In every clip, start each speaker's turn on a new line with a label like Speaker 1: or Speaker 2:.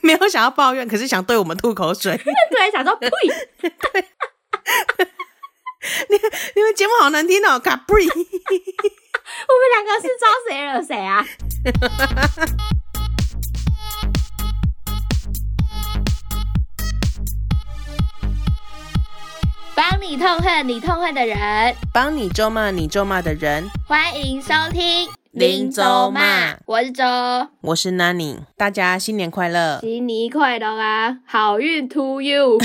Speaker 1: 有想要抱怨，可是想对我们吐口水。
Speaker 2: 对，想说呸，
Speaker 1: 你你们节目好难听哦，卡布里。
Speaker 2: 我们两个是招谁惹谁啊？帮你痛恨你痛恨的人，
Speaker 1: 帮你咒骂你咒骂的人，
Speaker 2: 欢迎收听
Speaker 1: 林州骂
Speaker 2: 我是周，
Speaker 1: 我是 Nani，大家新年快乐。
Speaker 2: 新年快乐啊，好运 to you，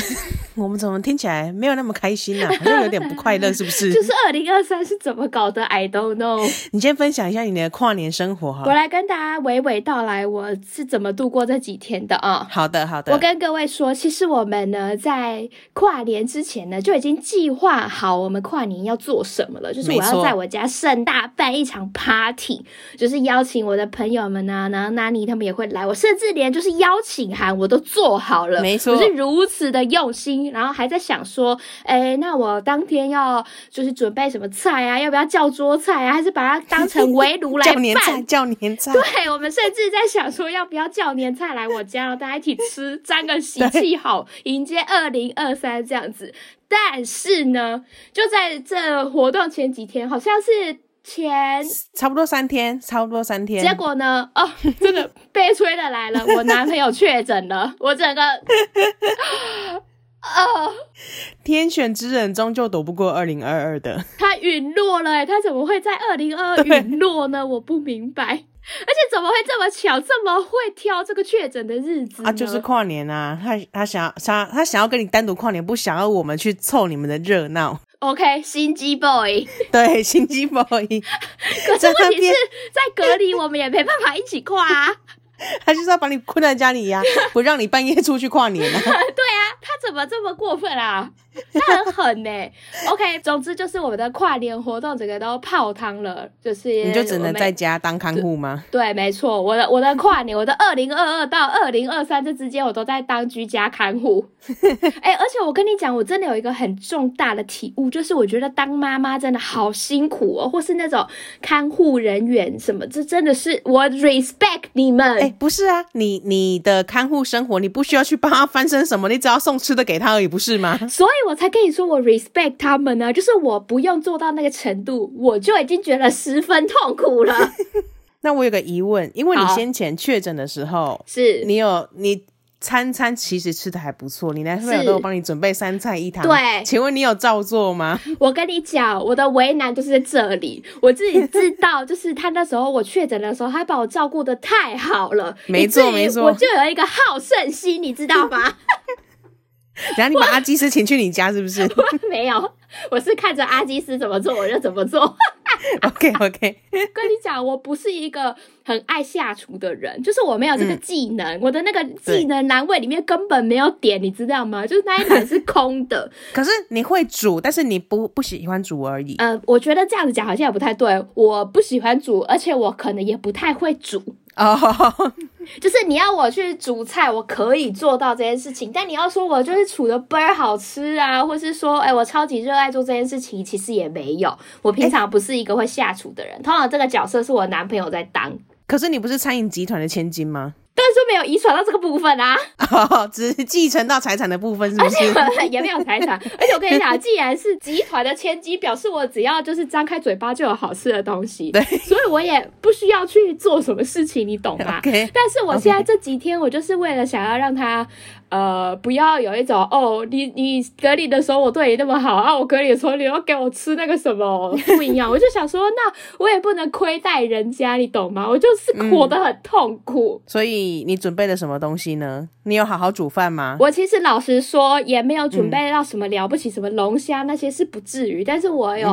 Speaker 1: 我们怎么听起来没有那么开心 啊？好像有点不快乐，是不是？
Speaker 2: 就是二零二三是怎么搞的？I don't know。
Speaker 1: 你先分享一下你的跨年生活
Speaker 2: 我
Speaker 1: 哈。
Speaker 2: 来跟大家娓娓道来我是怎么度过这几天的啊、
Speaker 1: 好的，好的。
Speaker 2: 我跟各位说，其实我们呢，在跨年之前呢，就已经计划好我们跨年要做什么了。就是我
Speaker 1: 没错
Speaker 2: 要在我家盛大办一场 party，就是邀请我的朋友们啊，然后 Nani 他们也会来。我甚至连就是邀请函我都做好了，
Speaker 1: 没错
Speaker 2: 我是如此的用心，然后还在想说，哎，那我当天要就是准备什么菜啊？要不要叫桌菜啊？还是把它当成围炉 来
Speaker 1: 叫
Speaker 2: 办？啊
Speaker 1: 年菜，叫年菜。
Speaker 2: 对，我们甚至在想说，要不要叫年菜来我家，然后大家一起吃，沾个喜气好，迎接二零二三这样子。但是呢，就在这活动前几天，好像是前，
Speaker 1: 差不多三天，差不多三天。
Speaker 2: 结果呢，哦，真的悲催的来了，我男朋友确诊了，我整个，哦，
Speaker 1: 天选之人终究躲不过二零二二的。
Speaker 2: 他陨落了、欸，他怎么会在二零二
Speaker 1: 对
Speaker 2: 陨落呢？我不明白，而且怎么会这么巧，这么会挑这个确诊的日子呢？
Speaker 1: 啊，就是跨年啊，他他想要想他想要跟你单独跨年，不想要我们去凑你们的热闹。
Speaker 2: OK，心机 boy。
Speaker 1: 对，心机 boy，
Speaker 2: 可是
Speaker 1: 在那
Speaker 2: 问题
Speaker 1: 边
Speaker 2: 是在隔离，我们也没办法一起跨啊。
Speaker 1: 他就是要把你困在家里呀、不让你半夜出去跨年啊。
Speaker 2: 对啊，他怎么这么过分啊？他很狠呢、OK，总之就是我们的跨年活动整个都泡汤了，就是
Speaker 1: 你就只
Speaker 2: 我
Speaker 1: 能
Speaker 2: 们
Speaker 1: 在家当看护吗？
Speaker 2: 对，没错，我的我的跨年，我的二零二二到二零二三这之间，我都在当居家看护。 哎、而且我跟你讲，我真的有一个很重大的体悟，就是我觉得当妈妈真的好辛苦哦，或是那种看护人员什么，这真的是我 respect 你们。
Speaker 1: 哎、不是啊，你你的看护生活，你不需要去帮他翻身什么，你只要送吃的给他而已，不是 吗？
Speaker 2: 所以我才跟你说，我 respect 他们呢、就是我不用做到那个程度，我就已经觉得十分痛苦 了。
Speaker 1: 那我有个疑问，因为你
Speaker 2: 好
Speaker 1: 先前确诊的时候，
Speaker 2: 是，
Speaker 1: 你有你餐餐其实吃的还不错，你男朋友
Speaker 2: 是
Speaker 1: 都有帮你准备三菜一汤。
Speaker 2: 对
Speaker 1: 请问你有照做 吗？
Speaker 2: 我跟你讲，我的为难就是在这里。我自己知道，就是他那时候我确诊的时候，他把我照顾的太好了，
Speaker 1: 没错
Speaker 2: 以至于
Speaker 1: 没错
Speaker 2: 我就有一个好胜心，你知道吗？
Speaker 1: 然后你把阿基师请去你家是不是
Speaker 2: 没有，我是看着阿基斯怎么做，我就怎么做。
Speaker 1: ？OK OK，
Speaker 2: 跟你讲，我不是一个很爱下厨的人，就是我没有这个技能，我的那个技能栏位里面根本没有点，你知道吗？就是那一栏是空的。
Speaker 1: 可是你会煮，但是你不不喜欢煮而已。
Speaker 2: 呃，我觉得这样子讲好像也不太对。我不喜欢煮，而且我可能也不太会煮。
Speaker 1: 哦，
Speaker 2: 就是你要我去煮菜，我可以做到这件事情，但你要说我就是煮的倍儿好吃啊，或是说，哎、我超级热爱做这件事情，其实也没有。我平常不是一个会下厨的人，通常这个角色是我男朋友在当，
Speaker 1: 可是你不是餐饮集团的千金吗？
Speaker 2: 但是没有遗传到这个部分啊，
Speaker 1: 哦，只是继承到财产的部分是不是？
Speaker 2: 也没有财产。而且我跟你讲，既然是集团的千金，表示我只要就是张开嘴巴就有好吃的东西，
Speaker 1: 对
Speaker 2: 所以我也不需要去做什么事情，你懂吗？
Speaker 1: OK，
Speaker 2: 但是我现在这几天，我就是为了想要让他，呃，不要有一种哦，你你隔离的时候我对你那么好啊，我隔离的时候你要给我吃那个什 么不一样，我就想说，那我也不能亏待人家，你懂吗？我就是
Speaker 1: 嗯
Speaker 2: 活得很痛苦。
Speaker 1: 所以你准备了什么东西呢？你有好好煮饭吗？
Speaker 2: 我其实老实说，也没有准备到什么了不起，什么龙虾那些是不至于，但是我有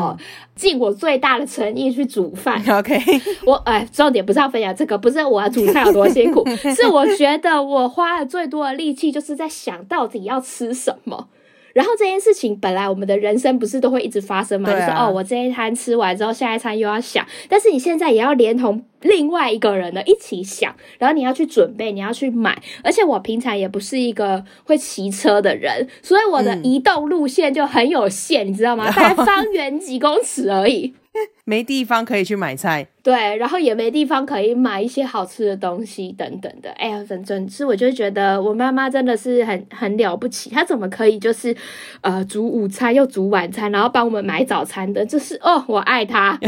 Speaker 2: 尽我最大的诚意去煮饭。
Speaker 1: OK，
Speaker 2: 我哎，重点不是要分享这个，不是我要煮菜有多 辛苦，是我觉得我花了最多的力气，就是在想到底要吃什么。然后这件事情本来我们的人生不是都会一直发生嘛，
Speaker 1: 对
Speaker 2: 就是
Speaker 1: 啊
Speaker 2: 哦，我这一餐吃完之后，下一餐又要想，但是你现在也要连同另外一个人的一起想，然后你要去准备，你要去买，而且我平常也不是一个会骑车的人，
Speaker 1: 嗯
Speaker 2: 所以我的移动路线就很有限，你知道吗？大概方圆几公尺而已。
Speaker 1: 没地方可以去买菜，
Speaker 2: 对，然后也没地方可以买一些好吃的东西等等的。哎呀，真真是，我就觉得我妈妈真的是很很了不起，她怎么可以就是，呃，煮午餐又煮晚餐，然后帮我们买早餐的，就是哦，我 爱她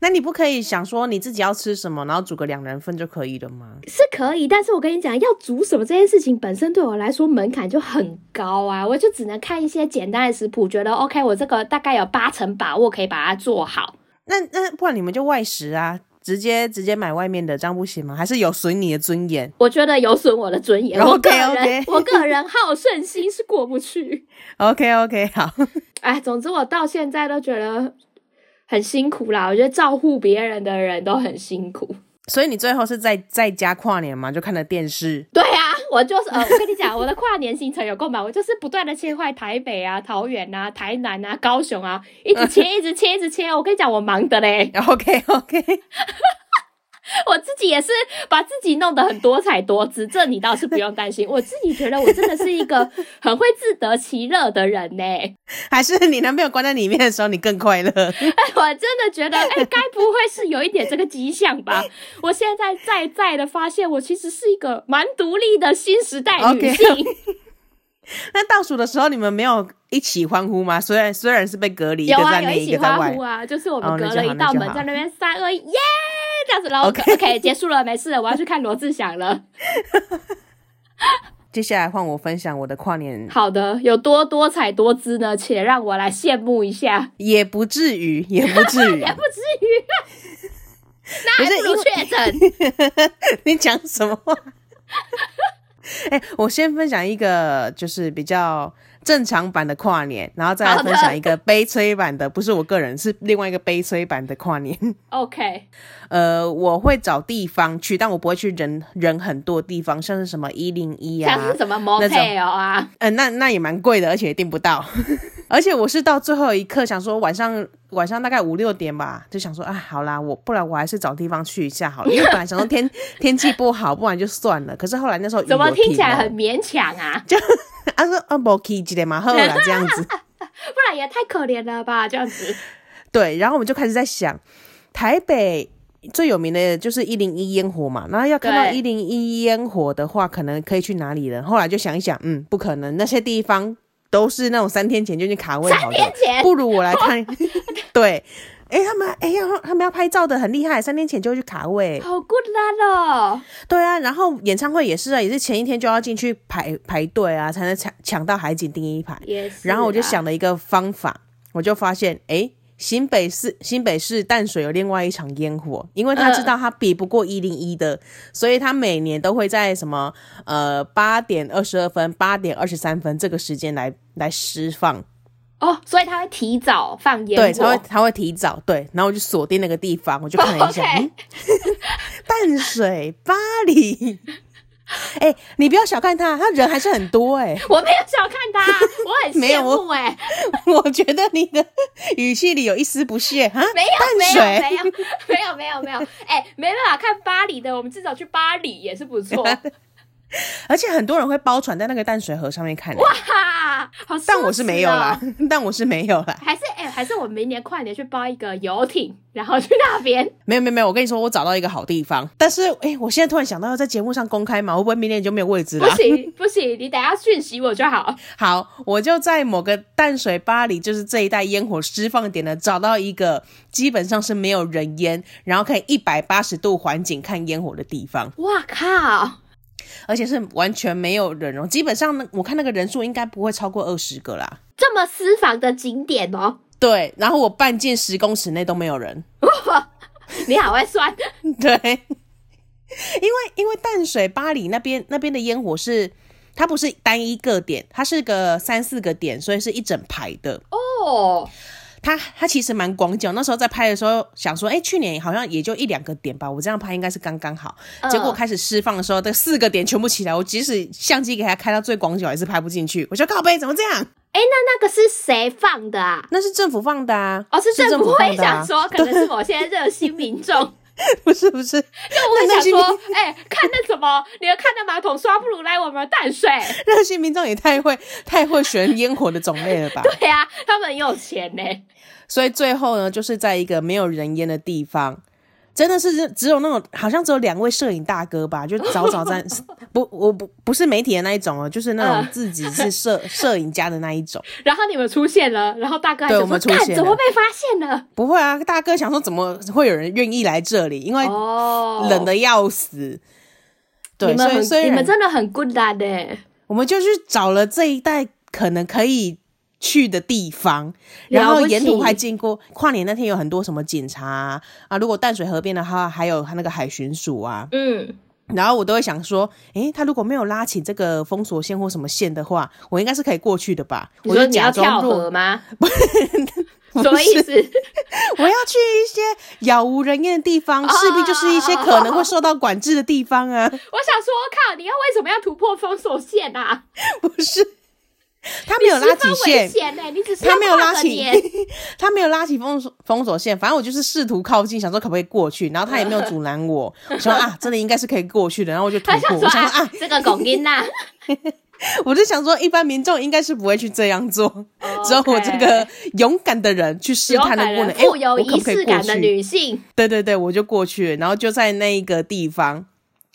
Speaker 1: 那你不可以想说你自己要吃什么，然后煮个两人份就可以了吗？
Speaker 2: 是可以，但是我跟你讲，要煮什么这件事情本身对我来说门槛就很高啊，我就只能看一些简单的食谱，觉得 OK，我这个大概有八成把握可以把它做好。
Speaker 1: 那那不然你们就外食啊，直接直接买外面的，这样不行吗？还是有损你的尊严？
Speaker 2: 我觉得有损我的尊严，我
Speaker 1: OK，
Speaker 2: 个人
Speaker 1: OK
Speaker 2: 我个人好胜心是过不去。
Speaker 1: OK OK，好，
Speaker 2: 哎，总之我到现在都觉得很辛苦啦。我觉得照顾别人的人都很辛苦。
Speaker 1: 所以你最后是在在家跨年嘛，就看了电视。
Speaker 2: 对啊，我就是呃，我跟你讲，我的跨年行程有够满，我就是不断的切换台北啊、桃园啊、台南啊、高雄啊，一直 切，一直切，一直切。我跟你讲，我忙的嘞，
Speaker 1: OK OK，
Speaker 2: 我自己也是把自己弄得很多彩多姿，这你倒是不用担心。我自己觉得我真的是一个很会自得其乐的人呢、
Speaker 1: 还是你男朋友关在里面的时候你更快乐？
Speaker 2: 我真的觉得，哎、该不会是有一点这个迹象 吧？我现在在在的发现，我其实是一个蛮独立的新时代女
Speaker 1: OK
Speaker 2: 性。
Speaker 1: 那倒数的时候你们没有一起欢呼吗？虽然虽然是被隔离，一
Speaker 2: 有
Speaker 1: 个
Speaker 2: 啊，
Speaker 1: 在
Speaker 2: 有
Speaker 1: 内，
Speaker 2: 一
Speaker 1: 一
Speaker 2: 起
Speaker 1: 个在
Speaker 2: 欢
Speaker 1: 外
Speaker 2: 呼。啊，就是我
Speaker 1: 哦
Speaker 2: 们隔
Speaker 1: 那就
Speaker 2: 了
Speaker 1: 好
Speaker 2: 一道
Speaker 1: 那就
Speaker 2: 门，
Speaker 1: 好
Speaker 2: 在那边三二一耶，这样子，然后
Speaker 1: OK
Speaker 2: OK 结束了，没事了，我要去看罗志祥 了。
Speaker 1: 接下来换我分享我的跨年，
Speaker 2: 好的，有多多彩多姿呢，且让我来羡慕一 下。
Speaker 1: 也不至于，也不至 于
Speaker 2: 也，不至于，啊 那
Speaker 1: 不
Speaker 2: 还
Speaker 1: 是
Speaker 2: 不如
Speaker 1: 因为
Speaker 2: 确诊。
Speaker 1: 你讲什么话？哎、我先分享一个就是比较正常版的跨年，然后再来分享一个悲催版的，不是我个人，是另外一个悲催版的跨年。
Speaker 2: OK，
Speaker 1: 呃，我会找地方去，但我不会去人人很多的地方，像是什么一零一啊，
Speaker 2: 像是什么
Speaker 1: 那种
Speaker 2: motel 啊，
Speaker 1: 嗯，那那也蛮贵的，而且也订不到。 而且我是到最后一刻想说晚上晚上大概五六点吧，就想说啊，好啦，我不然我还是找地方去一下好了，因为本来想说 天天气不好，不然就算了。可是后来那时候雨
Speaker 2: 怎么
Speaker 1: 有
Speaker 2: 听起来
Speaker 1: 了
Speaker 2: 很勉强啊？
Speaker 1: 啊说啊不 k 几点嘛，后来这样 子。
Speaker 2: 不然也太可怜了吧，这样子。
Speaker 1: 对，然后我们就开始在想，台北最有名的就是一零一烟火嘛，然后要看到
Speaker 2: 对
Speaker 1: 一零一烟火的话，可能可以去哪里了？后来就想一想，嗯，不可能，那些地方都是那种三天前就已经卡位好的，
Speaker 2: 天 前
Speaker 1: 不如我来看。对，哎、他们哎呀、他们要拍照的很厉害，三天前就去卡位。
Speaker 2: 好哦 good 啦咯，
Speaker 1: 对啊，然后演唱会也是啊，也是前一天就要进去排排队啊，才能抢抢到海景第一排。
Speaker 2: 也是。啊
Speaker 1: 然后我就，想了一个方法，我就发现，诶，新北市新北市淡水有另外一场烟火，因为他知
Speaker 2: 嗯
Speaker 1: 道他比不过一零一的，所以他每年都会在什么呃八点二十二分、八点二十三分这个时间来来释放，
Speaker 2: 哦，所以他会提早放烟
Speaker 1: 对，
Speaker 2: 火，
Speaker 1: 他 会他会提早对，然后我就锁定那个地方，我就看了一下，
Speaker 2: OK
Speaker 1: 嗯，淡水巴黎，诶，你不要小看他，他人还是很多哎诶。
Speaker 2: 我没有小看 他，我很
Speaker 1: 没
Speaker 2: 羡
Speaker 1: 有
Speaker 2: 慕哎、
Speaker 1: 我觉得你的语气里有一丝不屑啊，
Speaker 2: 没
Speaker 1: 淡
Speaker 2: 有
Speaker 1: 水
Speaker 2: 没有没有没有没 有没有，哎、没办法看巴黎的，我们至少去巴黎也是不 错，
Speaker 1: 而且很多人会包船在那个淡水河上面看，
Speaker 2: 哈，啊好、哦
Speaker 1: 但我是没有啦。，但我是没有啦，
Speaker 2: 还是哎、还是我们明年跨年去包一个游艇，然后去那边。
Speaker 1: 没有没有没有，我跟你说，我找到一个好地方，但是哎、诶我现在突然想到要在节目上公开嘛，会不会明年就没有位置
Speaker 2: 不
Speaker 1: 啦？
Speaker 2: 行不行，你等一下讯息我就好。
Speaker 1: 好，我就在某个淡水巴黎，就是这一带烟火释放点呢，找到一个基本上是没有人烟，然后可以一百八十度环景看烟火的地方，
Speaker 2: 哇靠！
Speaker 1: 而且是完全没有人哦，基本上呢，我看那个人数应该不会超过二十个啦。
Speaker 2: 这么私房的景点哦，
Speaker 1: 对，然后我半径十公尺内都没有人。
Speaker 2: 你好会算。
Speaker 1: 对，因为因为淡水巴黎那边那边的烟火是，它不是单一个点，它是个三四个点，所以是一整排的。
Speaker 2: 哦，
Speaker 1: 它它其实蛮广角，那时候在拍的时候想说，哎、去年好像也就一两个点吧，我这样拍应该是刚刚好。
Speaker 2: 嗯
Speaker 1: 结果开始释放的时候，这四个点全部起来，我即使相机给它开到最广角，也是拍不进去。我说靠背怎么这样？
Speaker 2: 哎、那那个是谁放的啊？
Speaker 1: 那是政府放的啊，
Speaker 2: 哦，是
Speaker 1: 政
Speaker 2: 政府
Speaker 1: 放
Speaker 2: 会
Speaker 1: 的、啊
Speaker 2: 想。说，可能是某些热心民众。
Speaker 1: 不是不是，
Speaker 2: 就我会
Speaker 1: 那
Speaker 2: 想
Speaker 1: 那
Speaker 2: 说，哎、看那什么，你要看那马桶刷，不如来我们淡 水。
Speaker 1: 热心民众也太会太会选烟火的种类了吧？
Speaker 2: 对呀、他们很有钱呢、
Speaker 1: 所以最后呢，就是在一个没有人烟的地方，真的是只有那种好像只有两位摄影大哥吧，就早早在 不，我不不是媒体的那一种哦，就是那种
Speaker 2: 嗯
Speaker 1: 自己是摄 摄影家的那一种。
Speaker 2: 然后你们出现了，然后大哥还
Speaker 1: 对
Speaker 2: 想
Speaker 1: 我
Speaker 2: 说，
Speaker 1: 们出
Speaker 2: 干
Speaker 1: 现
Speaker 2: 怎么
Speaker 1: 了
Speaker 2: 被发现了？
Speaker 1: 不会啊，大哥想说怎么会有人愿意来这里？因为
Speaker 2: 哦，
Speaker 1: 冷的要死。
Speaker 2: 你
Speaker 1: 对，
Speaker 2: 们
Speaker 1: 所以
Speaker 2: 很
Speaker 1: 虽
Speaker 2: 你们
Speaker 1: 然
Speaker 2: 真的很 good 啊啦的、
Speaker 1: 我们就去找了这一带可能可以去的地方，然
Speaker 2: 了
Speaker 1: 后
Speaker 2: 不
Speaker 1: 沿途
Speaker 2: 起
Speaker 1: 还经过跨年那天有很多什么警察啊，啊如果淡水河边的话，还有他那个海巡署啊，
Speaker 2: 嗯，
Speaker 1: 然后我都会想说，诶，他如果没有拉起这个封锁线或什么线的话，我应该是可以过去的吧？
Speaker 2: 你
Speaker 1: 我
Speaker 2: 说
Speaker 1: 就
Speaker 2: 你
Speaker 1: 假
Speaker 2: 要跳
Speaker 1: 装弱，
Speaker 2: 河 吗？什么意思？
Speaker 1: 我要去一些杳无人烟的地方，势必就是一些可能会受到管制的地方啊，
Speaker 2: 我想说，靠，你要为什么要突破封锁线啊？
Speaker 1: 不是？他没有
Speaker 2: 十
Speaker 1: 拉起
Speaker 2: 分危
Speaker 1: 线，
Speaker 2: 险呢、你只是
Speaker 1: 他没有
Speaker 2: 要跨
Speaker 1: 拉
Speaker 2: 个
Speaker 1: 起
Speaker 2: 年
Speaker 1: 他没有拉起封锁封锁线，反正我就是试图靠近，想说可不可以过去，然后他也没有阻拦我，我想 说啊，真的应该是可以过去的，然后我就突
Speaker 2: 他
Speaker 1: 破，
Speaker 2: 想
Speaker 1: 我
Speaker 2: 说
Speaker 1: 想说
Speaker 2: 啊
Speaker 1: 啊，，
Speaker 2: 这个拱音呐，
Speaker 1: 我就想说一般民众应该是不会去这样做，只有我这个勇敢的人去试
Speaker 2: 勇
Speaker 1: 探的
Speaker 2: 敢
Speaker 1: 不能，
Speaker 2: 人、
Speaker 1: 哎，
Speaker 2: 富
Speaker 1: 我
Speaker 2: 有
Speaker 1: 可
Speaker 2: 仪
Speaker 1: 不可以
Speaker 2: 式
Speaker 1: 过
Speaker 2: 感的
Speaker 1: 去？
Speaker 2: 女性，
Speaker 1: 对对对，我就过去了，然后就在那一个地方。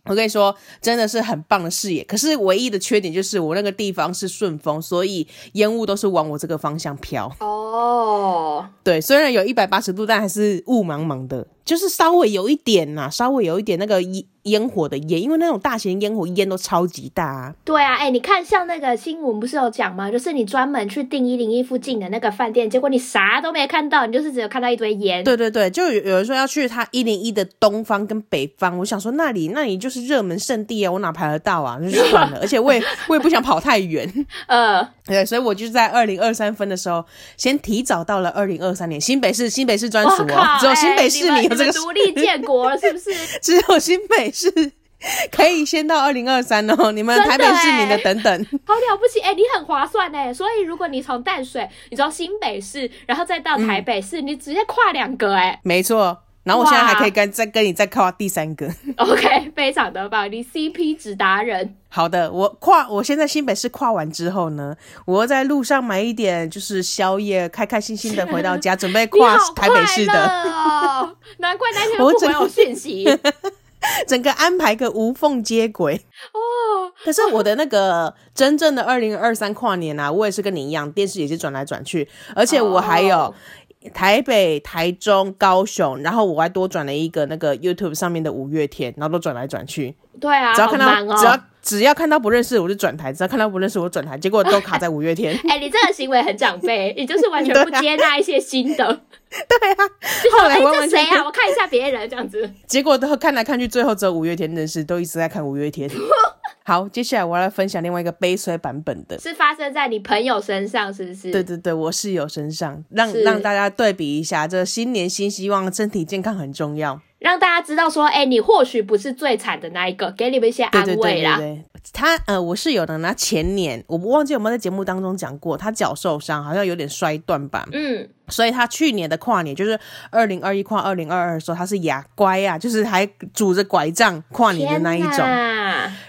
Speaker 1: 我跟你说，真的是很棒的视野。可是唯一的缺点就是我那个地方是顺风，所以烟雾都是往我这个方向飘。
Speaker 2: 哦，
Speaker 1: 对，虽然有一百八十度，但还是雾茫茫的，就是稍微有一点呐、稍微有一点那个烟烟火的烟，因为那种大型烟火烟都超级大、啊。
Speaker 2: 对啊，哎、你看像那个新闻不是有讲吗？就是你专门去订一零一附近的那个饭店，结果你啥都没看到，你就是只有看到一堆烟。
Speaker 1: 对对对，就有有人说要去它一零一的东方跟北方，我想说那里那里就是热门圣地啊，我哪排得到啊？那就算 了，而且我也我也不想跑太远。
Speaker 2: 呃，
Speaker 1: 对，所以我就在二零二三分的时候，先提早到了二零二三年新北市新北市专
Speaker 2: 我
Speaker 1: 属哦
Speaker 2: 靠，，
Speaker 1: 只有
Speaker 2: 哎
Speaker 1: 新北市
Speaker 2: 你们
Speaker 1: 民有这
Speaker 2: 你
Speaker 1: 个
Speaker 2: 们，独立建国了，是不是？
Speaker 1: 只有新北市可以先到二零二三 哦。你们
Speaker 2: 真的
Speaker 1: 台北市民的
Speaker 2: 哎
Speaker 1: 等等，
Speaker 2: 好了不起，哎、你很划算哎。所以如果你从淡水，你从新北市，然后再到台北市，你直接跨两个哎。
Speaker 1: 没错。然后我现在还
Speaker 2: 哇
Speaker 1: 可以跟再跟你再跨第三 个。
Speaker 2: OK，非常的棒，你 CP 值达人。
Speaker 1: 好的，我跨，我现在新北市跨完之后呢，我又在路上买一点就是宵夜，开开心心的回到家，准备
Speaker 2: 你
Speaker 1: 跨
Speaker 2: 好快
Speaker 1: 台北市的，
Speaker 2: 乐哦， 难怪那天
Speaker 1: 我
Speaker 2: 都不
Speaker 1: 整
Speaker 2: 回我讯息
Speaker 1: 整个安排个无缝接轨。
Speaker 2: 哦。
Speaker 1: 可是我的那个真正的二零二三跨年啊，我也是跟你一样，电视也是转来转去，而且我还有
Speaker 2: 哦
Speaker 1: 台北、台中、高雄，然后我还多转了一个那个 YouTube 上面的五月天，然后都转来转去，
Speaker 2: 对啊，
Speaker 1: 只要看到、
Speaker 2: 好忙哦、
Speaker 1: 只要只要看到不认识我就转台，只要看到不认识我就转台，结果都卡在五月天。
Speaker 2: 哎、你这个行为很长辈，你就是完全不接纳一些新的。
Speaker 1: 啊 对啊，
Speaker 2: 就说
Speaker 1: 后来
Speaker 2: 哎、
Speaker 1: 完
Speaker 2: 这
Speaker 1: 完
Speaker 2: 谁
Speaker 1: 全
Speaker 2: 啊？我看一下别人这样子。
Speaker 1: 结果都看来看去，最后只有五月天认识，都一直在看五月 天。好，接下来我要来分享另外一个悲催版本的。
Speaker 2: 是发生在你朋友身上，是不是？
Speaker 1: 对对对，我室友身上，让
Speaker 2: 是
Speaker 1: 让大家对比一下，这新年新希望，身体健康很重要。
Speaker 2: 让大家知道说，哎、你或许不是最惨的那一个，给你们一些
Speaker 1: 对
Speaker 2: 安
Speaker 1: 对对
Speaker 2: 慰
Speaker 1: 对
Speaker 2: 啦。
Speaker 1: 对，他呃，我室友呢，他前年我不忘记有没有在节目当中讲过，他脚受伤，好像有点摔断吧，
Speaker 2: 嗯，
Speaker 1: 所以他去年的跨年就是二零二一跨二零二二的时候，他是牙乖啊，就是还拄着拐杖跨年的
Speaker 2: 天
Speaker 1: 那一种。
Speaker 2: 哪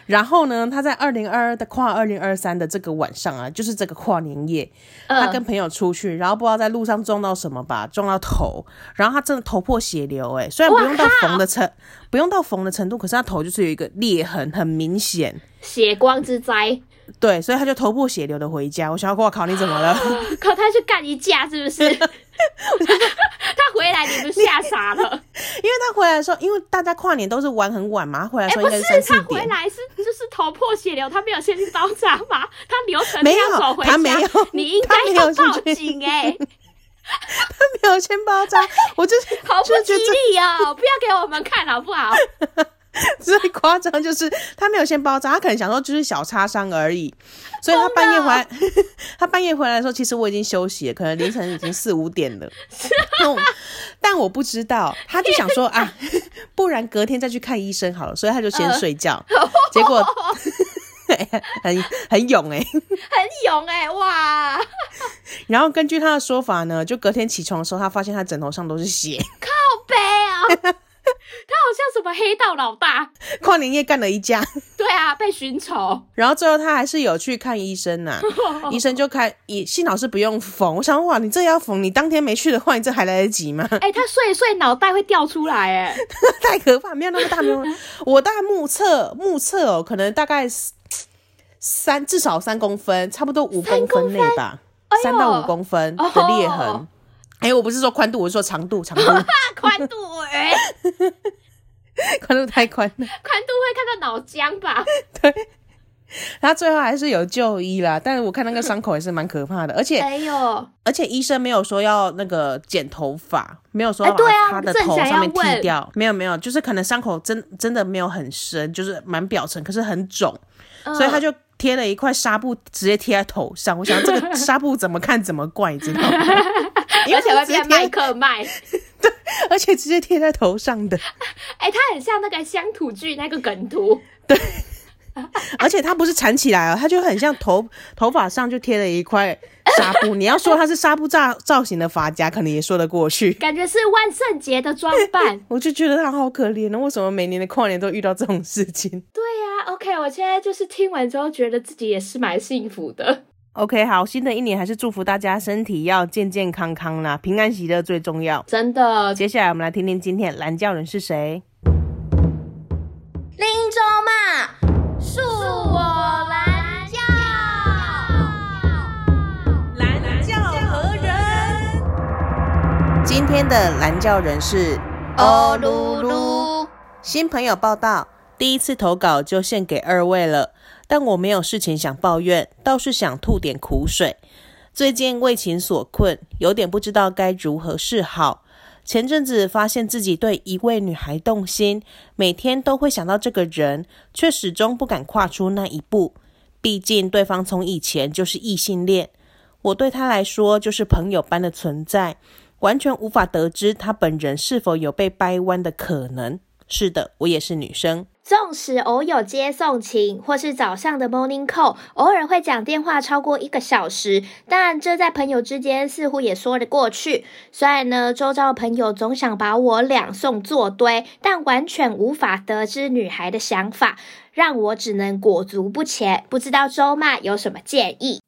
Speaker 1: 然后呢，他在二零二二的跨二零二三的这个晚上啊，就是这个跨年夜，他跟
Speaker 2: 嗯，
Speaker 1: 朋友出去，然后不知道在路上撞到什么吧，撞到头，然后他真的头破血流、欸，虽然不用到缝的程，不用到缝的程度，可是他头就是有一个裂痕，很明显。
Speaker 2: 血光之灾，
Speaker 1: 对，所以他就头破血流的回家。我想要我靠，你怎么
Speaker 2: 啊
Speaker 1: 了？
Speaker 2: 靠他去干一架，是不是？ 他回来你就吓傻了。
Speaker 1: 因为他回来的时候，因为大家跨年都是玩很晚嘛，他回来的
Speaker 2: 哎、
Speaker 1: 时候
Speaker 2: 不
Speaker 1: 应该
Speaker 2: 是，
Speaker 1: 三四
Speaker 2: 他回
Speaker 1: 点。
Speaker 2: 来是就是头破血流，他没有先去包扎嘛，他流程
Speaker 1: 没
Speaker 2: 这样
Speaker 1: 有
Speaker 2: 走回家，
Speaker 1: 他没有
Speaker 2: 你应
Speaker 1: 他
Speaker 2: 该
Speaker 1: 没
Speaker 2: 要
Speaker 1: 有先
Speaker 2: 报
Speaker 1: 去
Speaker 2: 警 哎、
Speaker 1: 他没有先包扎，我就是
Speaker 2: 好不
Speaker 1: 就觉
Speaker 2: 吉
Speaker 1: 得
Speaker 2: 利哦！不要给我们看好不好？
Speaker 1: 最夸张就是他没有先包扎，他可能想说就是小擦伤而已，所以他半夜回来， 他半夜回来的时候，其实我已经休息了，可能凌晨已经四五点了。但我但我不知道，他就想说啊， 不然隔天再去看医生好了，所以他就先睡觉。结果 很很勇哎、
Speaker 2: 很勇哎、哇！
Speaker 1: 然后根据他的说 法呢，就隔天起床的时候，他发现他枕头上都是血。
Speaker 2: 好悲哦！他
Speaker 3: 像什么黑道老大。
Speaker 1: 跨年夜干了一架，
Speaker 3: 对啊，被寻 仇。
Speaker 1: 然后最后他还是有去看医生啊呐、
Speaker 2: 哦
Speaker 1: 医生就开，以幸好是不用缝。我想哇，你这要缝，你当天没去的话，你这还来得及吗？
Speaker 3: 哎、他睡一睡脑袋会掉出来，哎，
Speaker 1: 太可怕，没有那么大没有。我大概目测目测哦，可能大概是三至少三公分，差不多五公分内吧，
Speaker 3: 哎呦
Speaker 1: 三、到五公分
Speaker 3: 哦
Speaker 1: 的裂痕。哎、我不是说宽度，我是说长度， 长度
Speaker 3: 宽度哎、
Speaker 1: 宽度太宽了。
Speaker 3: 宽度会看到脑浆吧？
Speaker 1: 他最后还是有就医啦，但是我看那个伤口也是蛮可怕的，而且
Speaker 3: 哎呦，
Speaker 1: 而且医生没有说要那个剪头发，没有说要
Speaker 3: 哎对
Speaker 1: 把
Speaker 3: 啊
Speaker 1: 他的
Speaker 3: 正
Speaker 1: 头
Speaker 3: 想
Speaker 1: 上
Speaker 3: 要
Speaker 1: 面剃
Speaker 3: 问
Speaker 1: 掉，没有没有，就是可能伤口真真的没有很深，就是蛮表层，可是很肿，
Speaker 3: 嗯
Speaker 1: 所以他就贴了一块纱布，直接贴在头上。我想这个纱布怎么看怎么怪，你知道 吗？因为
Speaker 3: 而且
Speaker 1: 它
Speaker 3: 会
Speaker 1: 直接
Speaker 3: 变麦
Speaker 1: 贴，
Speaker 3: 克麦。
Speaker 1: 而且直接贴在头上的，
Speaker 3: 哎、它很像那个乡土剧那个梗图，
Speaker 1: 而且它不是缠起来啊，它就很像头头发上就贴了一块纱布。你要说它是纱布造造型的发夹，可能也说得过去。
Speaker 3: 感觉是万圣节的装扮
Speaker 1: 。我就觉得他好可怜哦，为什么每年的跨年都遇到这种事情
Speaker 3: 对呀、o k 我现在就是听完之后觉得自己也是蛮幸福的。
Speaker 1: ？OK，好，新的一年还是祝福大家身体要健健康康啦，平安喜乐最重要。
Speaker 3: 真的，
Speaker 1: 接下来我们来听听今天蓝教人是谁。
Speaker 4: 林州骂，恕我蓝教。
Speaker 1: 蓝教何人？今天的蓝教人是
Speaker 4: 哦噜噜，
Speaker 1: 新朋友报道，第一次投稿就献给二位了，但我没有事情想抱怨，倒是想吐点苦水。最近为情所困，有点不知道该如何是好。前阵子发现自己对一位女孩动心，每天都会想到这个人，却始终不敢跨出那一步。毕竟对方从以前就是异性恋，我对他来说就是朋友般的存在，完全无法得知他本人是否有被掰弯的可能。是的，我也是女生。
Speaker 4: 纵使偶有接送情或是早上的 morning call，偶尔会讲电话超过一个小时，但这在朋友之间似乎也说得过去。虽然呢，周遭的朋友总想把我两送作堆，但完全无法得知女孩的想法，让我只能裹足不前。不知道周骂有什么建议？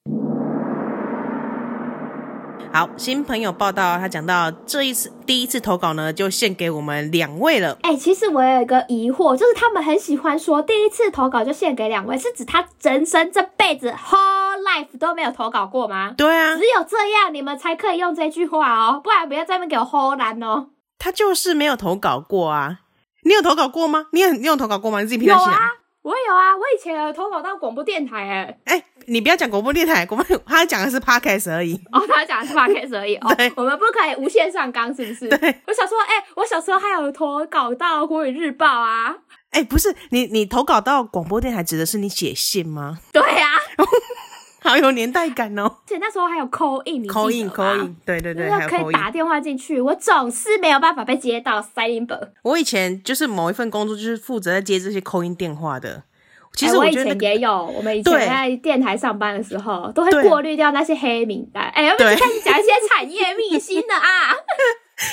Speaker 1: 好，新朋友报道，他讲到这一次第一次投稿呢，就献给我们两位了。
Speaker 2: 哎、其实我有一个疑惑，就是他们很喜欢说第一次投稿就献给两位，是指他人生这辈子 whole life 都没有投稿过吗？
Speaker 1: 对啊
Speaker 2: 只，有这样，你们才可以用这句话哦，不然不要在那边给我 whole 烂哦。
Speaker 1: 他就是没有投稿过啊。你有投稿过吗？你有你有投稿过吗？你自己评
Speaker 2: 有
Speaker 1: 论起来。
Speaker 2: 啊，我有啊，我以前有投稿到广播电台哎、
Speaker 1: 哎、你不要讲广播电台，广播他讲的是 podcast 而已。
Speaker 2: 哦，他讲的是 podcast 而已哦
Speaker 1: 对，
Speaker 2: 我们不可以无限上纲，是不是？
Speaker 1: 对，
Speaker 2: 我想说，哎、我小时候还有投稿到《国语日报》啊，
Speaker 1: 哎、不是你，你投稿到广播电台指的是你写信吗？
Speaker 2: 对啊，
Speaker 1: 好有年代感哦。
Speaker 2: 而且那时候还有 call in，你
Speaker 1: call
Speaker 2: 记
Speaker 1: in
Speaker 2: 得
Speaker 1: call
Speaker 2: 吗
Speaker 1: in，对对对，
Speaker 2: 就是
Speaker 1: 还有
Speaker 2: 可
Speaker 1: call in。
Speaker 2: 以打电话进去，我总是没有办法被接到塞林本。
Speaker 1: 我以前就是某一份工作，就是负责在接这些扣音电话的。其
Speaker 2: 哎
Speaker 1: 实
Speaker 2: 我
Speaker 1: 我
Speaker 2: 以
Speaker 1: 觉得、那
Speaker 2: 前
Speaker 1: 个
Speaker 2: 也有，我们以
Speaker 1: 对
Speaker 2: 前在电台上班的时候，都会
Speaker 1: 对
Speaker 2: 过滤掉那些黑名单。哎，要不
Speaker 1: 对
Speaker 2: 要开始讲一些产业秘辛的啊？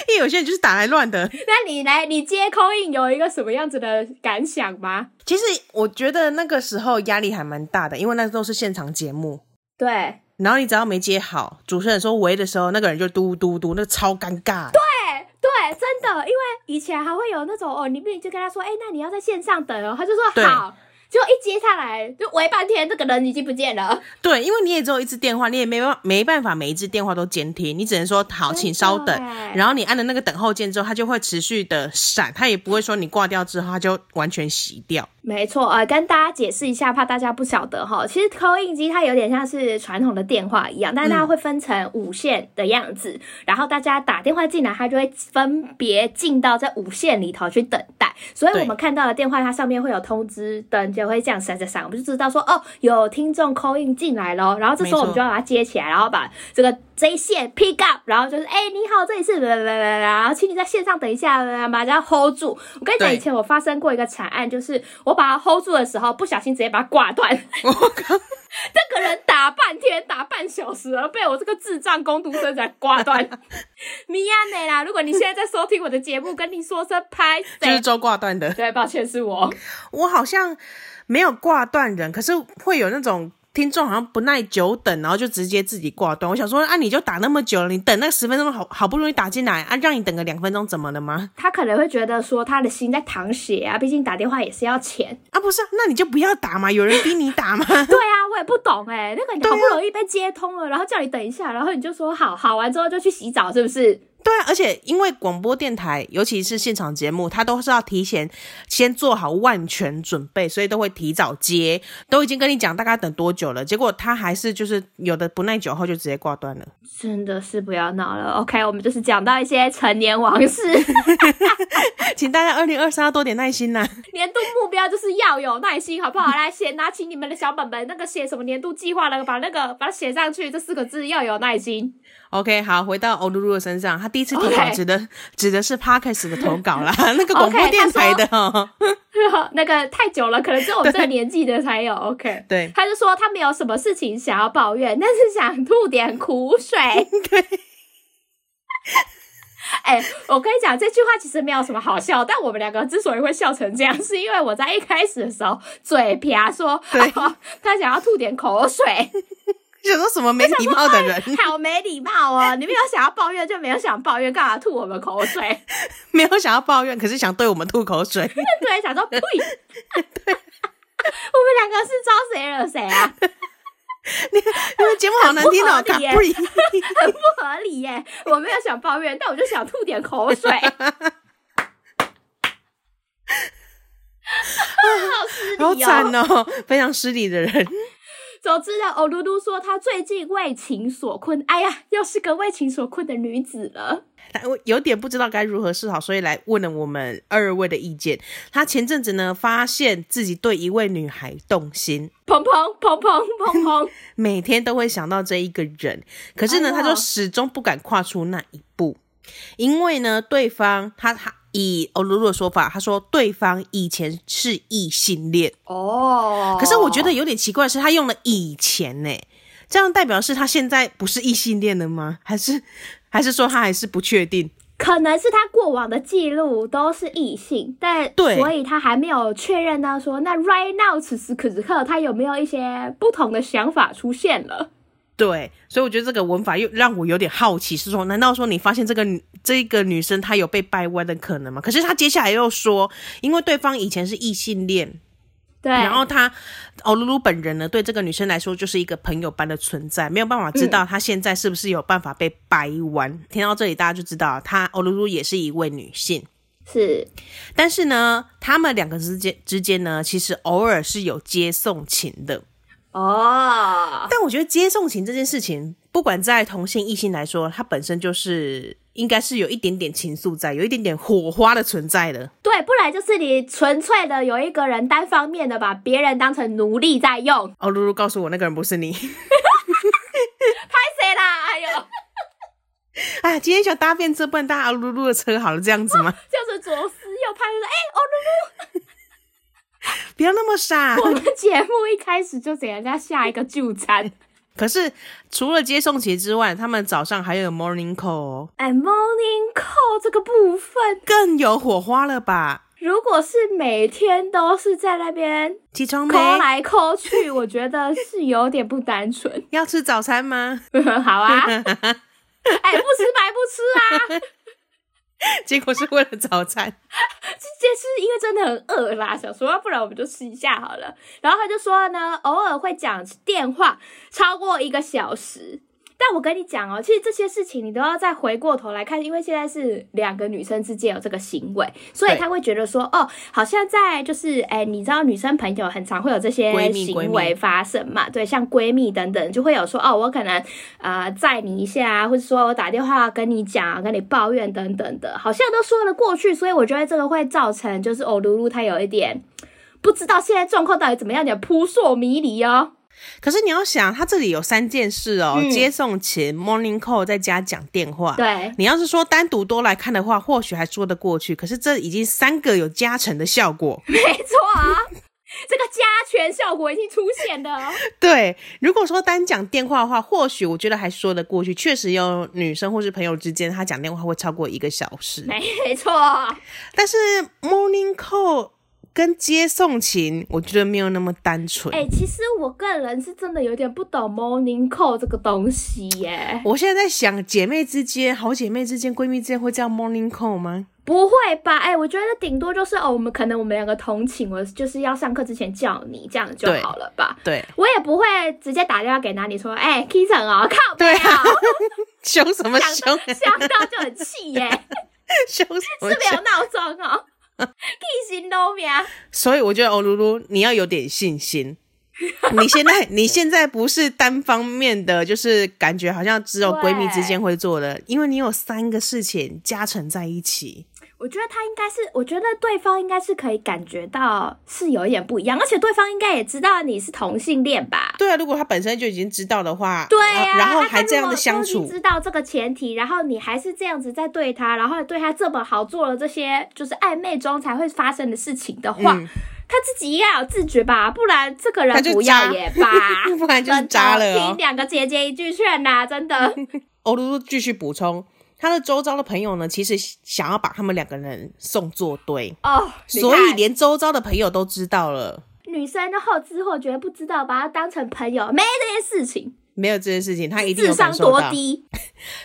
Speaker 1: 因为有些人就是打来乱的。
Speaker 2: 那你来，你接 call in 有一个什么样子的感想吗？
Speaker 1: 其实我觉得那个时候压力还蛮大的，因为那都是现场节目。
Speaker 2: 对，
Speaker 1: 然后你只要没接好，主持人说喂的时候，那个人就嘟嘟嘟，那个超尴尬。对，
Speaker 2: 哎，对，真的，因为以前还会有那种哦，你不就跟他说，哎，那你要在线上等哦，他就
Speaker 1: 对
Speaker 2: 说好，结果一接下来就围半天，这个人已经不见了。
Speaker 1: 因为你也只有一支电话，你也没办没办法每一支电话都监听，你只能说好，
Speaker 2: 真的
Speaker 1: 请稍等。
Speaker 2: 欸
Speaker 1: 然后你按了那个等候键之后，它就会持续的闪，它也不会说你挂掉之后它就完全熄掉。
Speaker 2: 没错，呃，跟大家解释一下，怕大家不晓得哈。其实投影机它有点像是传统的电话一样，但它会分成五线的样子，然后大家打电话进来，它就会分别进到这五线里头去等待。所以
Speaker 1: 对
Speaker 2: 我们看到的电话，它上面会有通知灯，就会这样闪闪闪，我们就知道说哦，有听众 call in 进来咯。然后这时
Speaker 1: 没
Speaker 2: 候
Speaker 1: 错
Speaker 2: 我们就要把它接起来，然后把这个这一线 pick up，然后就是哎、你好，这里是啦啦啦啦，然后请你在线上等一下，把它 hold 住。我跟你讲，
Speaker 1: 对
Speaker 2: 以前我发生过一个惨案，就是我把它 hold 住的时候，不小心直接把它挂断。
Speaker 1: 我靠，
Speaker 2: 那个人打半天，打半小时，时而被我这个智障攻读生才挂断。 米亚内啦，如果你现在在收听我的节目，跟你说声拍
Speaker 1: 就是
Speaker 2: 谁？
Speaker 1: 周挂断的。
Speaker 2: 对，抱歉是我。
Speaker 1: 我好像没有挂断人，可是会有那种听众好像不耐久等，然后就直接自己挂断。我想说，啊，你就打那么久了，你等那十分钟好好不容易打进来啊，让你等个两分钟，怎么了吗？
Speaker 2: 他可能会觉得说他的心在淌血啊，毕竟打电话也是要钱。
Speaker 1: 啊，不是啊，那你就不要打嘛，有人逼你打嘛。
Speaker 2: 对啊，我也不懂哎、那个你好不容易被接通了，然后叫你等一下，然后你就说好，好完之后就去洗澡，是不是？
Speaker 1: 对啊，而且因为广播电台，尤其是现场节目，它都是要提前先做好万全准备，所以都会提早接，都已经跟你讲大概等多久了，结果他还是就是有的不耐久后就直接挂断了。
Speaker 2: 真的是不要闹了，OK？我们就是讲到一些成年往事，
Speaker 1: 请大家二零二三要多点耐心呐、
Speaker 2: 年度目标就是要有耐心，好不好？来写，拿起你们的小本本，那个写什么年度计划了，把那个把它写上去，这四个字要有耐心。
Speaker 1: OK，好，回到欧露露的身上，她第一次投稿
Speaker 2: OK
Speaker 1: 指的指的是 Parkes 的投 稿啦，那个广播
Speaker 2: OK，
Speaker 1: 电台的哦。
Speaker 2: 那个太久了，可能只有我们这个年纪的才有 OK。
Speaker 1: 对
Speaker 2: 他就说他没有什么事情想要抱怨，但是想吐点苦 水。对。 哎、我跟你讲，这句话其实没有什么好笑，但我们两个之所以会笑成这样，是因为我在一开始的时候嘴瓢说，
Speaker 1: 对
Speaker 2: 啊他想要吐点口水，
Speaker 1: 想说什么没礼貌的人，
Speaker 2: 好没礼貌哦！你没有想要抱怨就没有想抱怨，干嘛吐我们口水？
Speaker 1: 没有想要抱怨，可是想对我们吐口水。
Speaker 2: 对，想说呸！ 我们两个是招谁惹谁啊？
Speaker 1: 因为节目好难听哦，
Speaker 2: 很不
Speaker 1: 卡
Speaker 2: 合
Speaker 1: 布里。
Speaker 2: 理耶很不合理耶、我没有想抱怨，但我就想吐点口水。好失
Speaker 1: 好
Speaker 2: 礼哦！
Speaker 1: 惨 哦，非常失礼的人。
Speaker 2: 总之呢，欧嘟嘟说她最近为情所困，哎呀，又是个为情所困的女子了。
Speaker 1: 我有点不知道该如何是好，所以来问了我们二位的意见。她前阵子呢，发现自己对一位女孩动心，
Speaker 2: 砰砰砰砰砰砰！
Speaker 1: 每天都会想到这一个人，可是呢，
Speaker 2: 哎呦
Speaker 1: 他就始终不敢跨出那一步，因为呢，对方他他以欧露露的说法，他说对方以前是异性恋，
Speaker 2: 哦，
Speaker 1: 可是我觉得有点奇怪的是，他用了以前呢、这样代表是他现在不是异性恋了吗？还是还是说他还是不确定？
Speaker 2: 可能是他过往的记录都是异性，但
Speaker 1: 对
Speaker 2: 所以他还没有确认到说，那 right now 此时此刻他有没有一些不同的想法出现了。
Speaker 1: 对，所以我觉得这个文法又让我有点好奇，是说，难道说你发现这个女这个女生她有被掰弯的可能吗？可是她接下来又说，因为对方以前是异性恋，
Speaker 2: 对，
Speaker 1: 然后他欧露露本人呢，对这个女生来说就是一个朋友般的存在，没有办法知道她现在是不是有办法被掰弯。听到这里，大家就知道她哦欧露露也是一位女性。
Speaker 2: 是
Speaker 1: 但是呢，他们两个之间之间呢，其实偶尔是有接送情的。
Speaker 2: 哦，
Speaker 1: 但我觉得接送情这件事情，不管在同性异性来说，它本身就是应该是有一点点情愫在，有一点点火花的存在的。
Speaker 2: 对，不然就是你纯粹的有一个人单方面的把别人当成奴隶在用，
Speaker 1: 欧哦露露告诉我，那个人不是你。
Speaker 2: 谁啦？哎呦，
Speaker 1: 哎，今天想搭便车，不然搭欧露露的车好了，这样子吗？
Speaker 2: 就是左思右盼，就是哎，
Speaker 1: 不要那么 傻。
Speaker 2: 我们节目一开始就给人家下一个助 餐，
Speaker 1: 可是除了接送节之外，他们早上还有 morning call，、哦、
Speaker 2: 哎，morning call 这个部分，
Speaker 1: 更有火花了吧？
Speaker 2: 如果是每天都是在那边
Speaker 1: 起床没？
Speaker 2: 抠来抠去，我觉得是有点不单纯。
Speaker 1: 要吃早餐吗？
Speaker 2: 好 啊，哎，不吃白不吃啊。
Speaker 1: 结果是为了早餐。
Speaker 2: 这是因为真的很饿啦，想说啊不然我们就吃一下好了。然后他就说呢，偶尔会讲电话超过一个小时。但我跟你讲哦，其实这些事情你都要再回过头来看，因为现在是两个女生之间有这个行为，所以
Speaker 1: 对
Speaker 2: 他会觉得说，哦，好像在就是，哎，你知道女生朋友很常会有这些
Speaker 1: 闺蜜闺
Speaker 2: 行
Speaker 1: 蜜
Speaker 2: 为发生嘛？对，像闺蜜等等，就会有说，哦，我可能啊，载你一下啊，或者说我打电话跟你讲、啊跟你抱怨等等的，好像都说得过去，所以我觉得这个会造成就是欧露露她有一点不知道现在状况到底怎么样，有点扑朔迷离哦。
Speaker 1: 可是你要想，他这里有三件事哦：
Speaker 2: 嗯
Speaker 1: 接送前、morning call，在家讲电话。
Speaker 2: 对，
Speaker 1: 你要是说单独多来看的 话，或许还说得过去。可是这已经三个有加成的效果，
Speaker 2: 没错啊。这个加权效果已经出现了哦。
Speaker 1: 对，如果说单讲电话的话，或许我觉得还说得过去。确实有女生或是朋友之间，她讲电话会超过一个小时。
Speaker 2: 没错，
Speaker 1: 但是 morning call 跟接送情，我觉得没有那么单纯。
Speaker 2: 哎、其实我个人是真的有点不懂 morning call 这个东西耶。
Speaker 1: 我现在在想，姐妹之间、好姐妹之间、闺蜜之间会叫 morning call 吗？
Speaker 2: 不会吧？哎、我觉得顶多就是哦，我们可能我们两个同寝，我就是要上课之前叫你，这样就
Speaker 1: 对
Speaker 2: 好了吧？
Speaker 1: 对，
Speaker 2: 我也不会直接打电话给哪里说，哎、k i s o n 哦，靠
Speaker 1: 对
Speaker 2: 背哦
Speaker 1: 啊，凶 什么
Speaker 2: 想
Speaker 1: 凶
Speaker 2: 到？想到就很 气耶，
Speaker 1: 凶什
Speaker 2: 是
Speaker 1: 么
Speaker 2: 没有
Speaker 1: 凶？
Speaker 2: 闹钟哦。记心都名，
Speaker 1: 所以我觉得欧哦露露，你要有点信心。 你现在你现在不是单方面的，就是感觉好像只有闺蜜之间会做的，因为你有三个事情加成在一起。
Speaker 2: 我觉得他应该是，我觉得对方应该是可以感觉到是有一点不一样，而且对方应该也知道你是同性恋吧？
Speaker 1: 对啊，如果她本身就已经知道的话，
Speaker 2: 对
Speaker 1: 然
Speaker 2: 呀、
Speaker 1: 后然后
Speaker 2: 那他
Speaker 1: 还这
Speaker 2: 如
Speaker 1: 样
Speaker 2: 果
Speaker 1: 的相
Speaker 2: 都已
Speaker 1: 处
Speaker 2: 经，知道这个前提，然后你还是这样子在对他，然后对他这么好，做了这些就是暧昧中才会发生的事情的话，
Speaker 1: 嗯
Speaker 2: 他自己应该有自觉吧，不然这个
Speaker 1: 他
Speaker 2: 人
Speaker 1: 就
Speaker 2: 不
Speaker 1: 渣。
Speaker 2: 要也罢
Speaker 1: 不然就是渣了
Speaker 2: 真的
Speaker 1: 哦
Speaker 2: 听两个姐姐一句劝呐、真的。
Speaker 1: 欧露露继续补充，她的周遭的朋友呢，其实想要把他们两个人送作堆，
Speaker 2: 哦，你
Speaker 1: 所以
Speaker 2: 看
Speaker 1: 连周遭的朋友都知道了。
Speaker 2: 女生都后知后觉，不知道把他当成朋友，没这些事情，
Speaker 1: 没有这件事情，她一定
Speaker 2: 智
Speaker 1: 有感
Speaker 2: 商
Speaker 1: 受
Speaker 2: 多
Speaker 1: 到。
Speaker 2: 低。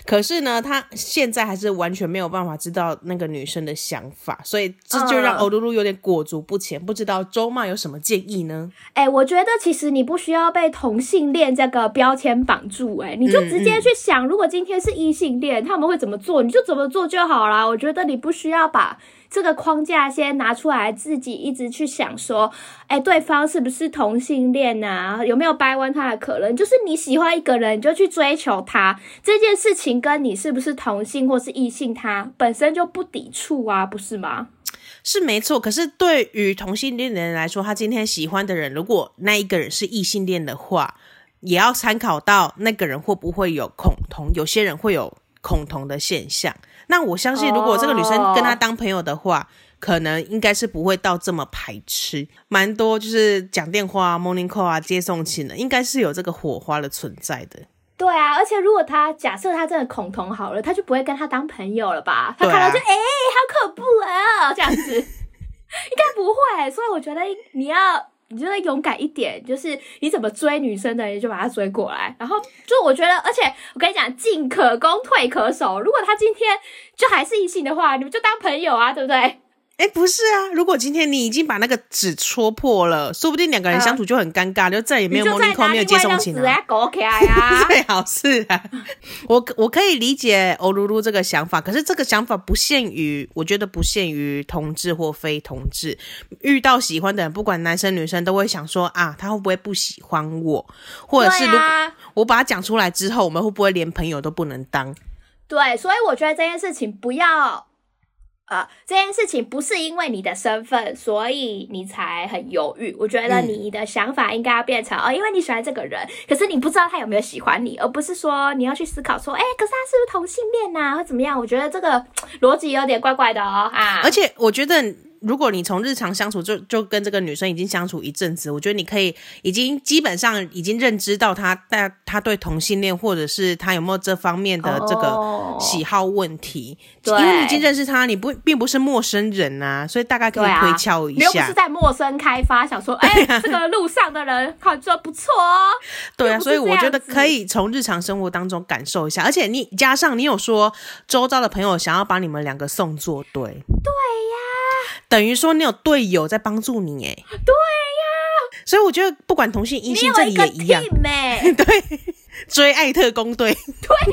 Speaker 1: 可是呢，她现在还是完全没有办法知道那个女生的想法，所以这就让
Speaker 2: 嗯
Speaker 1: 欧露露有点裹足不前，不知道周妈有什么建议呢？
Speaker 2: 哎、我觉得其实你不需要被同性恋这个标签绑住、哎，你就
Speaker 1: 嗯
Speaker 2: 直接
Speaker 1: 嗯
Speaker 2: 去想，如果今天是异性恋，他们会怎么做，你就怎么做就好啦。我觉得你不需要把这个框架先拿出来，自己一直去想说，哎、对方是不是同性恋啊？有没有掰弯他的可能？就是你喜欢一个人，你就去追求他这件事情，跟你是不是同性或是异性他，本身就不抵触啊，不是吗？
Speaker 1: 是没错，可是对于同性恋的人来说，他今天喜欢的人，如果那一个人是异性恋的话，也要参考到那个人会不会有恐同，有些人会有恐同的现象。那我相信，如果这个女生
Speaker 2: 哦
Speaker 1: 跟他当朋友的话，可能应该是不会到这么排斥，蛮多就是讲电话啊、morning call 啊、接送情的，应该是有这个火花的存在的。
Speaker 2: 对啊，而且如果他假设他真的恐同好了，他就不会跟他当朋友了吧？他
Speaker 1: 对啊
Speaker 2: 看到就哎、好恐怖啊、这样子， 应该不会。所以我觉得你要，你觉得勇敢一点，就是你怎么追女生的，你就把她追过来。然后就我觉得，而且我跟你讲，进可攻，退可守。如果他今天就还是异性的话，你们就当朋友啊，对不对？
Speaker 1: 哎，不是啊！如果今天你已经把那个纸戳破了，说不定两个人
Speaker 2: 啊
Speaker 1: 相处就很尴尬，就再也没
Speaker 2: 你
Speaker 1: 有
Speaker 2: 就再
Speaker 1: morning
Speaker 2: 拿
Speaker 1: call，没有
Speaker 2: 另
Speaker 1: 接
Speaker 2: 外一
Speaker 1: 送
Speaker 2: 张
Speaker 1: 情
Speaker 2: 纸
Speaker 1: 了、。
Speaker 2: 来勾起来 啊
Speaker 1: 最好是啊，我可我可以理解欧露露这个想法，可是这个想法不限于，我觉得不限于同志或非同志。遇到喜欢的人，不管男生女生，都会想说啊，他会不会不喜欢我，或者是如
Speaker 2: 对
Speaker 1: 果、
Speaker 2: 啊
Speaker 1: 我把他讲出来之后，我们会不会连朋友都不能当？
Speaker 2: 对，所以我觉得这件事情不要，呃，这件事情不是因为你的身份，所以你才很犹豫。我觉
Speaker 1: 嗯
Speaker 2: 得你的想法应该要变成、哦，因为你喜欢这个人，可是你不知道他有没有喜欢你，而不是说你要去思考说，哎，可是他是不是同性恋呐、或怎么样？我觉得这个逻辑有点怪怪的哦啊。
Speaker 1: 而且我觉得，如果你从日常相处就就跟这个女生已经相处一阵子，我觉得你可以已经基本上已经认知到她，但她对同性恋或者是她有没有这方面的这
Speaker 2: 哦
Speaker 1: 个喜好问题，
Speaker 2: 对
Speaker 1: 因为你已经认识她，你不并不是陌生人啊，所以大概可
Speaker 2: 对
Speaker 1: 以
Speaker 2: 啊，
Speaker 1: 推敲一
Speaker 2: 你又不
Speaker 1: 下
Speaker 2: 是。在陌生开发，想说，哎、这个路上的人好像不错哦。
Speaker 1: 对
Speaker 2: 又
Speaker 1: 啊，
Speaker 2: 不是
Speaker 1: 所以我觉得
Speaker 2: 这样子
Speaker 1: 可以从日常生活当中感受一下，而且你加上你有说周遭的朋友想要把你们两个送作对，对呀、等于说你有队友在帮助你，哎，对呀、所以我觉得不管同性异
Speaker 2: 你
Speaker 1: 性，
Speaker 2: 有
Speaker 1: 这里
Speaker 2: 一个
Speaker 1: 也一样，
Speaker 2: team 哎、
Speaker 1: 追爱特工队，
Speaker 2: 而且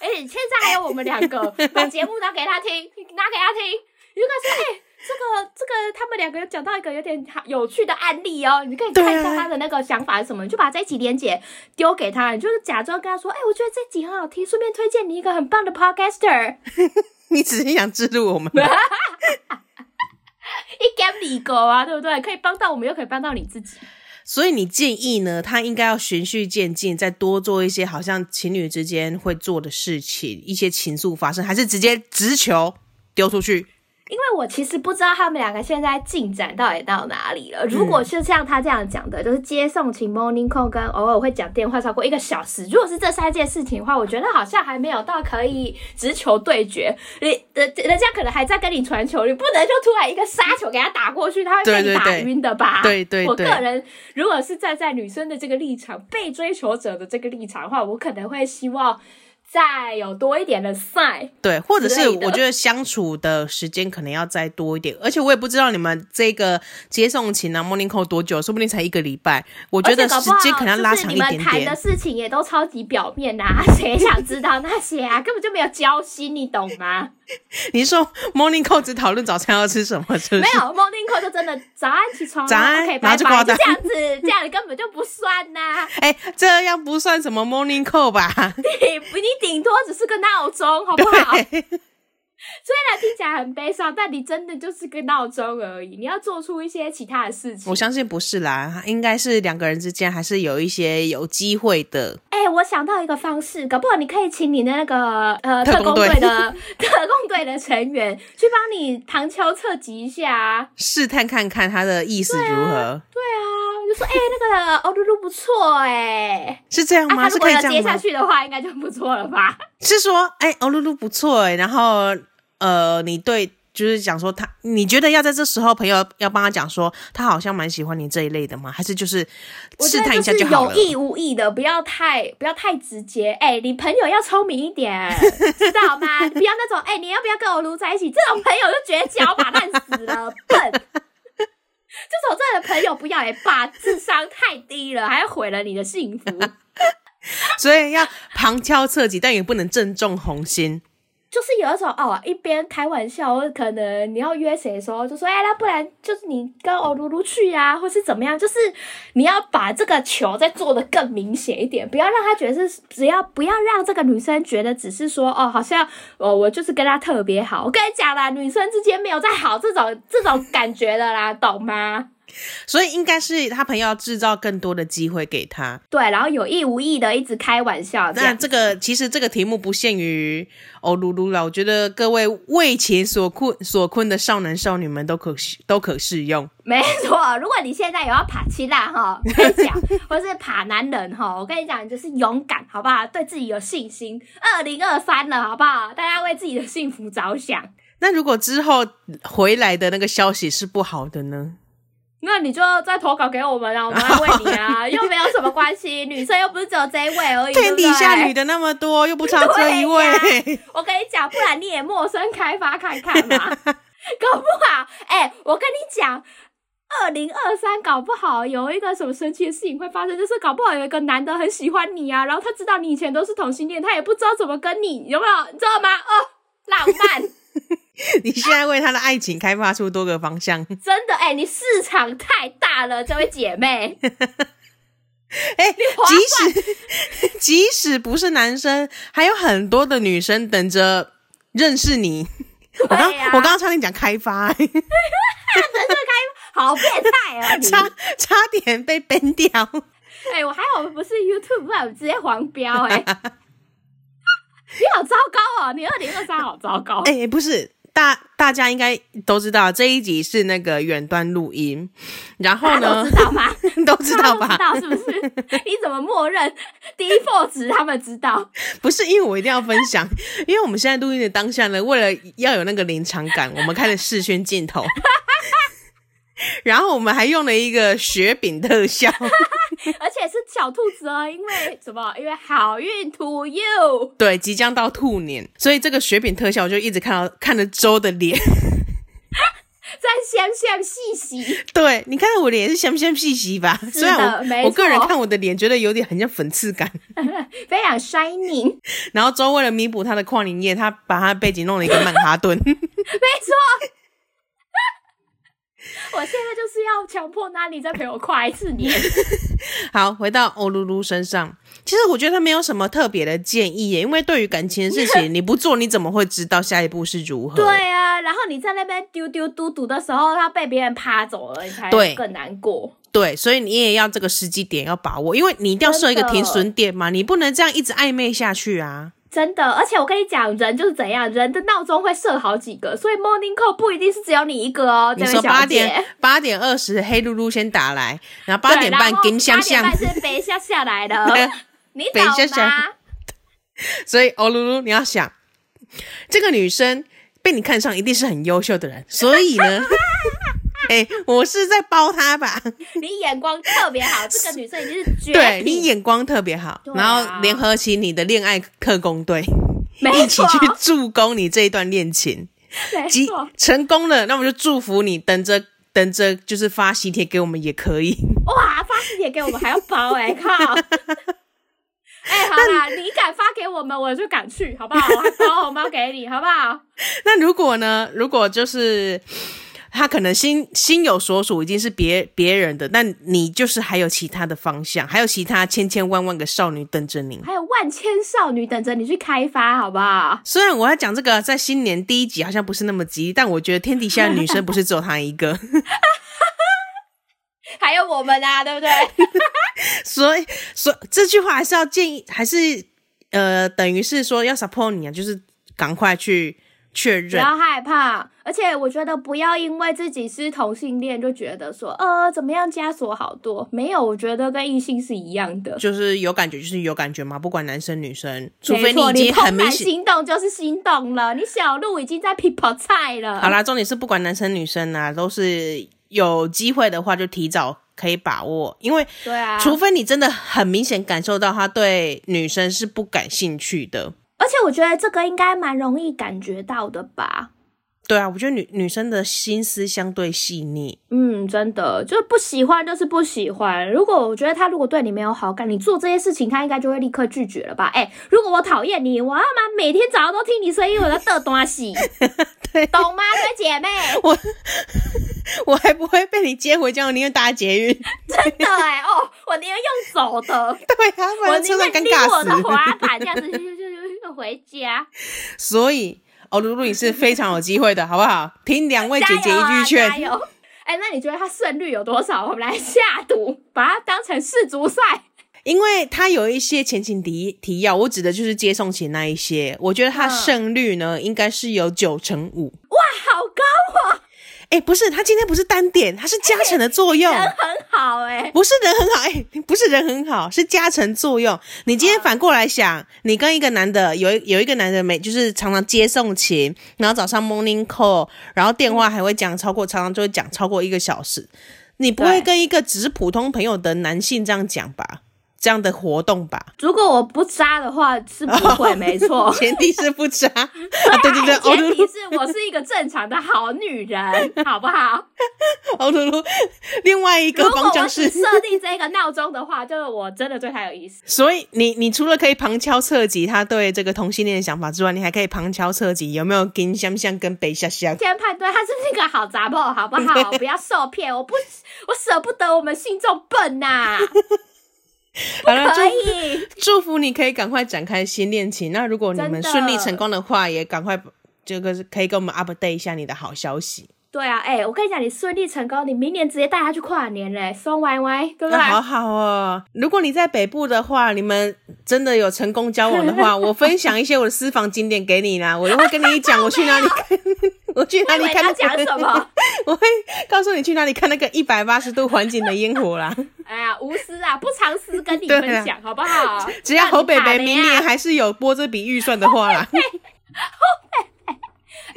Speaker 2: 哎现在还有我们两个把节目拿给他听，拿给他听，你就跟他说，哎、这个这个，他们两个有讲到一个有点好有趣的案例哦，你可以
Speaker 1: 对
Speaker 2: 看一
Speaker 1: 啊
Speaker 2: 下他的那个想法是什么，你就把这一集连结丢给他，你就是假装跟他说，哎、我觉得这集很好听，顺便推荐你一个很棒的 podcaster，
Speaker 1: 你只是想制度我 们，
Speaker 2: 一 game 里狗啊，对不对？可以帮到我们，又可以帮到你自己。
Speaker 1: 所以你建议呢，他应该要循序渐进，再多做一些好像情侣之间会做的事情，一些情愫发生，还是直接直球丢出去？
Speaker 2: 因为我其实不知道他们两个现在进展到底到哪里
Speaker 1: 嗯
Speaker 2: 了。如果是像他这样讲的，就是接送请 morning call 跟偶尔会讲电话超过一个小时，如果是这三件事情的话，我觉得好像还没有到可以直球对决。你人人家可能还在跟你传球，你不能就突然一个杀球给他打过去，他会被
Speaker 1: 对
Speaker 2: 你
Speaker 1: 对
Speaker 2: 打
Speaker 1: 对
Speaker 2: 晕的吧？
Speaker 1: 对对
Speaker 2: 我
Speaker 1: 对
Speaker 2: 个人如果是站在女生的这个立场，被追求者的这个立场的话，我可能会希望再有多一点的赛。
Speaker 1: 对，或者
Speaker 2: 之
Speaker 1: 是
Speaker 2: 类的
Speaker 1: 我觉得相处的时间可能要再多一点，而且我也不知道你们这个接送情啊 morning call 多久，说不定才一个礼拜，我觉得
Speaker 2: 而且搞
Speaker 1: 时
Speaker 2: 不好
Speaker 1: 间可能要拉长一
Speaker 2: 就是
Speaker 1: 点
Speaker 2: 你们谈的
Speaker 1: 点。
Speaker 2: 事情也都超级表面呐、啊 谁想知道那些啊？根本就没有交心，你懂吗？
Speaker 1: 你是 说 morning call 只讨论早餐要吃什么，是不
Speaker 2: 没
Speaker 1: 是？
Speaker 2: 有 morning call 就真的早安起床啊，
Speaker 1: 早安
Speaker 2: OK，
Speaker 1: 然
Speaker 2: 拜
Speaker 1: 后就挂
Speaker 2: 拜，就
Speaker 1: 断
Speaker 2: 这样 子，这样根本就不算呐、
Speaker 1: 哎、这样不算什么 morning call 吧？
Speaker 2: 你你顶多只是个闹钟，好不好？虽然听起来很悲伤，但你真的就是个闹钟而已。你要做出一些其他的事情
Speaker 1: 我。相信不是啦，应该是两个人之间还是有一些有机会的。
Speaker 2: 哎、我想到一个方式，搞不好你可以请你的那个呃
Speaker 1: 特
Speaker 2: 特
Speaker 1: 工
Speaker 2: 工
Speaker 1: 队
Speaker 2: 队的 特工队的成员去帮你旁敲侧击一下啊。
Speaker 1: 试探看看他的意思如何，
Speaker 2: 对啊，就说哎、那个欧露露不错 哎、
Speaker 1: 是这样
Speaker 2: 啊，
Speaker 1: 吗？
Speaker 2: 他
Speaker 1: 是
Speaker 2: 如果
Speaker 1: 可以
Speaker 2: 要
Speaker 1: 这
Speaker 2: 接
Speaker 1: 样
Speaker 2: 下
Speaker 1: 吗？
Speaker 2: 去的话，应该就不错了吧？
Speaker 1: 是说，哎、欧露露不错哎、然后呃，你对，就是讲说他，你觉得要在这时候朋友要帮他讲说，他好像蛮喜欢你这一类的吗？还是就是
Speaker 2: 我
Speaker 1: 试
Speaker 2: 觉
Speaker 1: 探
Speaker 2: 得
Speaker 1: 一下
Speaker 2: 就是
Speaker 1: 好
Speaker 2: 有
Speaker 1: 了？
Speaker 2: 意无意的，不要太不要太直接。哎、你朋友要聪明一点， 知道吗？不要那种哎、你要不要跟我撸在一起？这种朋友就绝交吧，烂死了，笨。 这种这样的朋友不要也罢，智商太低了，还要毁了你的幸福。
Speaker 1: 所以要旁敲侧击，但也不能正中红心。
Speaker 2: 就是有一种哦，一边开玩笑，或者可能你要约谁的时候，就说哎，那不然就是你跟欧露露去呀、或是怎么样，就是你要把这个球再做的更明显一点，不要让他觉得是，只要不要让这个女生觉得只是说哦，好像哦我就是跟他特别好。我跟你讲啦，女生之间没有再好这种这种感觉的啦，懂吗？
Speaker 1: 所以应该是他朋友要制造更多的机会给他。
Speaker 2: 对，然后有意无意的一直开玩笑，这
Speaker 1: 那
Speaker 2: 样
Speaker 1: 这个其实这个题目不限于欧噜噜啦，我觉得各位为情所困所困的少男少女们都可都可适用。
Speaker 2: 没错，如果你现在有要爬七辣哈，我跟你讲，或是爬男人哈，我跟你讲，你就是勇敢好不好？对自己有信心。二零二三了好不好？大家为自己的幸福着想，
Speaker 1: 那如果之后回来的那个消息是不好的呢？
Speaker 2: 那你就再投稿给我们啊，我们安慰你啊，又没有什么关系，女生又不是只有这一位而已，对
Speaker 1: 天
Speaker 2: 不
Speaker 1: 底
Speaker 2: 对？
Speaker 1: 下女的那么多，又不差这一
Speaker 2: 对啊
Speaker 1: 位。
Speaker 2: 我跟你讲，不然你也陌生开发看看嘛，搞不好，哎、我跟你讲。二零二三搞不好有一个什么神奇的事情会发生，就是搞不好有一个男的很喜欢你啊，然后他知道你以前都是同性恋，他也不知道怎么跟你，有没有？你知道吗？哦，浪 漫，
Speaker 1: 你现在为她的爱情开发出多个方 向。
Speaker 2: 真的，哎、你市场太大了，这位姐 妹，
Speaker 1: 哎、
Speaker 2: 划算
Speaker 1: 即使 即使不是男生，还有很多的女生等着认识你。我刚、
Speaker 2: 对呀啊嗯
Speaker 1: 我刚刚差点讲开发、哎
Speaker 2: 好变态啊！你，
Speaker 1: 差差点被 ban 掉。
Speaker 2: 哎、我还好不是 YouTube，不然我直接黄标、 哎，你好糟糕哦，你二零二三好糟糕。哦
Speaker 1: 哎、不是，大大家应该都知道这一集是那个远端录音，哎然后
Speaker 2: 大家
Speaker 1: 呢
Speaker 2: 都
Speaker 1: 都知
Speaker 2: 知道吗？他
Speaker 1: 道
Speaker 2: 们
Speaker 1: 吧？
Speaker 2: 都知道是不是？ 你怎么默认 default 值他们知道？
Speaker 1: 不是，因为我一定要分享， 因为我们现在录音的当下呢，为了要有那个临场感，我们开了视讯镜头， 然后我们还用了一个雪饼特效。
Speaker 2: 而且是小兔子哦，因为什么？因为好运 to you。
Speaker 1: 对，即将到兔年，所以这个雪饼特效我就一直看到看着周的脸。
Speaker 2: 在香香细细，
Speaker 1: 对，你看我脸是香不香细细吧？虽然
Speaker 2: 没
Speaker 1: 我我个人
Speaker 2: 错
Speaker 1: 看我的脸觉得有点很像粉刺感。
Speaker 2: 非常 shining，
Speaker 1: 然后周为了弥补他的跨年夜，他把他的背景弄了一个曼哈顿。
Speaker 2: 没错。我现在就是要强迫 Nani 再陪我跨一 次年。
Speaker 1: 好，回到欧噜噜身上，其实我觉得他没有什么特别的建议耶，因为对于感情的事 情，你不做你怎么会知道下一步是如何？
Speaker 2: 对啊，然后你在那边丢丢嘟嘟的时候，他被别人趴走了，你才
Speaker 1: 对
Speaker 2: 更难过。
Speaker 1: 对所以你也要这个时机点要把握，因为你一定要设一个
Speaker 2: 真的
Speaker 1: 停损点嘛，你不能这样一直暧昧下去啊。
Speaker 2: 真真的，而且我跟你讲，人就是怎样，人的闹钟会设好几个，所以 morning call 不一定是只有你一个哦，这
Speaker 1: 你
Speaker 2: 位
Speaker 1: 说
Speaker 2: 小
Speaker 1: 八
Speaker 2: 姐
Speaker 1: 点。八点二十黑噜噜先打来，然后八
Speaker 2: 对
Speaker 1: 点
Speaker 2: 然
Speaker 1: 半
Speaker 2: 后
Speaker 1: 跟香香，
Speaker 2: 八，点半是北下下来的 你
Speaker 1: 北
Speaker 2: 懂
Speaker 1: 下下
Speaker 2: 吗？
Speaker 1: 所以哦噜噜，你要想这个女生被你看上一定是很优秀的人，所以 呢，哎、我是在包她吧？
Speaker 2: 你眼光特别好，这个女生已经是绝
Speaker 1: 对
Speaker 2: 品
Speaker 1: 你眼光特别好，
Speaker 2: 对啊
Speaker 1: 然后联合起你的恋爱特工队，
Speaker 2: 没
Speaker 1: 一起
Speaker 2: 错，
Speaker 1: 去助攻你这一段恋情，
Speaker 2: 没
Speaker 1: 即
Speaker 2: 错。
Speaker 1: 成功了，那我们就祝福你，等着等着就是发喜帖给我们也可以。
Speaker 2: 哇，发喜帖给我们还要包哎、靠！哎、好啦，你敢发给我们，我就敢去，好不好？我还包红包给你，好不好？
Speaker 1: 那如果呢？如果就是他可能心心有所属，已经是别别人的，但你就是还有其他的方向，还有其他千千万万个少女等着你。
Speaker 2: 还有万千少女等着你去开发，好不好？
Speaker 1: 虽然我要讲这个在新年第一集好像不是那么吉利，但我觉得天底下的女生不是只有她一个，
Speaker 2: 还有我们啊，对不对？
Speaker 1: 所以所以这句话还是要建议，还是呃，等于是说要 support 你啊，就是赶快去确
Speaker 2: 不
Speaker 1: 认。
Speaker 2: 要害怕，而且我觉得不要因为自己是同性恋就觉得说，呃，怎么样枷锁好多？没有，我觉得跟异性是一样的。
Speaker 1: 就是有感觉，就是有感觉嘛，不管男生女生，除
Speaker 2: 没
Speaker 1: 非
Speaker 2: 错，
Speaker 1: 已经
Speaker 2: 怦
Speaker 1: 很明
Speaker 2: 然
Speaker 1: 显，
Speaker 2: 心动就是心动了，你小鹿已经在 people 菜了。
Speaker 1: 好啦，重点是不管男生女生啊，都是有机会的话就提早可以把握，因为
Speaker 2: 对啊，
Speaker 1: 除非你真的很明显感受到他对女生是不感兴趣的。
Speaker 2: 而且我觉得这个应该蛮容易感觉到的吧。
Speaker 1: 对啊，我觉得女女生的心思相对细腻，
Speaker 2: 嗯，真的，就是不喜欢就是不喜欢。如果我觉得他如果对你没有好感，你做这些事情，他应该就会立刻拒绝了吧？哎、如果我讨厌你，我要妈每天早上都听你声音，我的得东西，
Speaker 1: 对
Speaker 2: 懂吗，各位姐妹？
Speaker 1: 我还不会被你接回家，我宁愿搭捷运。
Speaker 2: 真的哎、哦，我宁愿用走的，
Speaker 1: 对啊， 不
Speaker 2: 我
Speaker 1: 然
Speaker 2: 宁
Speaker 1: 车上
Speaker 2: 愿
Speaker 1: 尴
Speaker 2: 拎我的
Speaker 1: 尬
Speaker 2: 滑板这样子就就就就回家。
Speaker 1: 死。所以，哦，露露你是非常有机会的，好不好？听两位姐姐
Speaker 2: 加油
Speaker 1: 一
Speaker 2: 啊
Speaker 1: 句劝，
Speaker 2: 加油！哎、那你觉得他胜率有多少？我们来下赌，把它当成世足赛。
Speaker 1: 因为它有一些前情提提要，我指的就是接送前那一些，我觉得它
Speaker 2: 嗯
Speaker 1: 胜率呢、应该是有九成五。
Speaker 2: 好高，
Speaker 1: 哎，不是，它今天不是单点，它是加成的作用，
Speaker 2: 人很好哎、
Speaker 1: 不是人很好，哎，不是人很好，是加成作用。你今天反过来想，你跟一个男的有一有一个男的每就是常常接送勤，然后早上 morning call，然后电话还会讲超过，常常就会讲超过一个小时，你不会
Speaker 2: 对
Speaker 1: 跟一个只是普通朋友的男性这样讲吧？这样的活动吧？。
Speaker 2: 如果我不渣的话是不会，没错 哎
Speaker 1: 前提是不 渣啊，对哦对对，欧
Speaker 2: 哦前
Speaker 1: 露
Speaker 2: 提
Speaker 1: 露，
Speaker 2: 是我是一个正常的好女人，好不好？
Speaker 1: 欧哦露露，另外一
Speaker 2: 如
Speaker 1: 个
Speaker 2: 果
Speaker 1: 方
Speaker 2: 我
Speaker 1: 向
Speaker 2: 只
Speaker 1: 是，
Speaker 2: 设定这个闹钟的话，就是我真的对他有意思。
Speaker 1: 所以你你除了可以旁敲侧击他对这个同性恋的想法之外，你还可以旁敲侧击有没有跟香香跟北香香。
Speaker 2: 先判断他是不是个好杂货，好不 好？不要受骗，我不，我舍不得我们信众 笨呐、
Speaker 1: 好了，
Speaker 2: 可
Speaker 1: 祝
Speaker 2: 以，
Speaker 1: 祝福你可以赶快展开新恋情。那如果你们
Speaker 2: 真的
Speaker 1: 顺利成功的话，也赶快这个是可以跟我们 update 一下你的好消息。
Speaker 2: 对啊，哎、我跟你讲，你顺利成功，你明年直接带他去跨年嘞，松歪歪， 对不啊对？
Speaker 1: 那好好哦，如果你在北部的话，你们真的有成功交往的话，我分享一些我的私房景点给你 啦。我会跟你讲我去哪里看，我去哪
Speaker 2: 我以
Speaker 1: 里
Speaker 2: 为
Speaker 1: 看
Speaker 2: 他
Speaker 1: 那
Speaker 2: 讲什
Speaker 1: 个，
Speaker 2: 么？
Speaker 1: 我会告诉你去哪里看那个一百八十度环景的烟火啦。
Speaker 2: 哎呀，无私啊，不藏私，跟你
Speaker 1: 对啊
Speaker 2: 分享，好不好？
Speaker 1: 只要侯北北
Speaker 2: 让你打雷啊
Speaker 1: 明年还是有拨这笔预算的话 啦，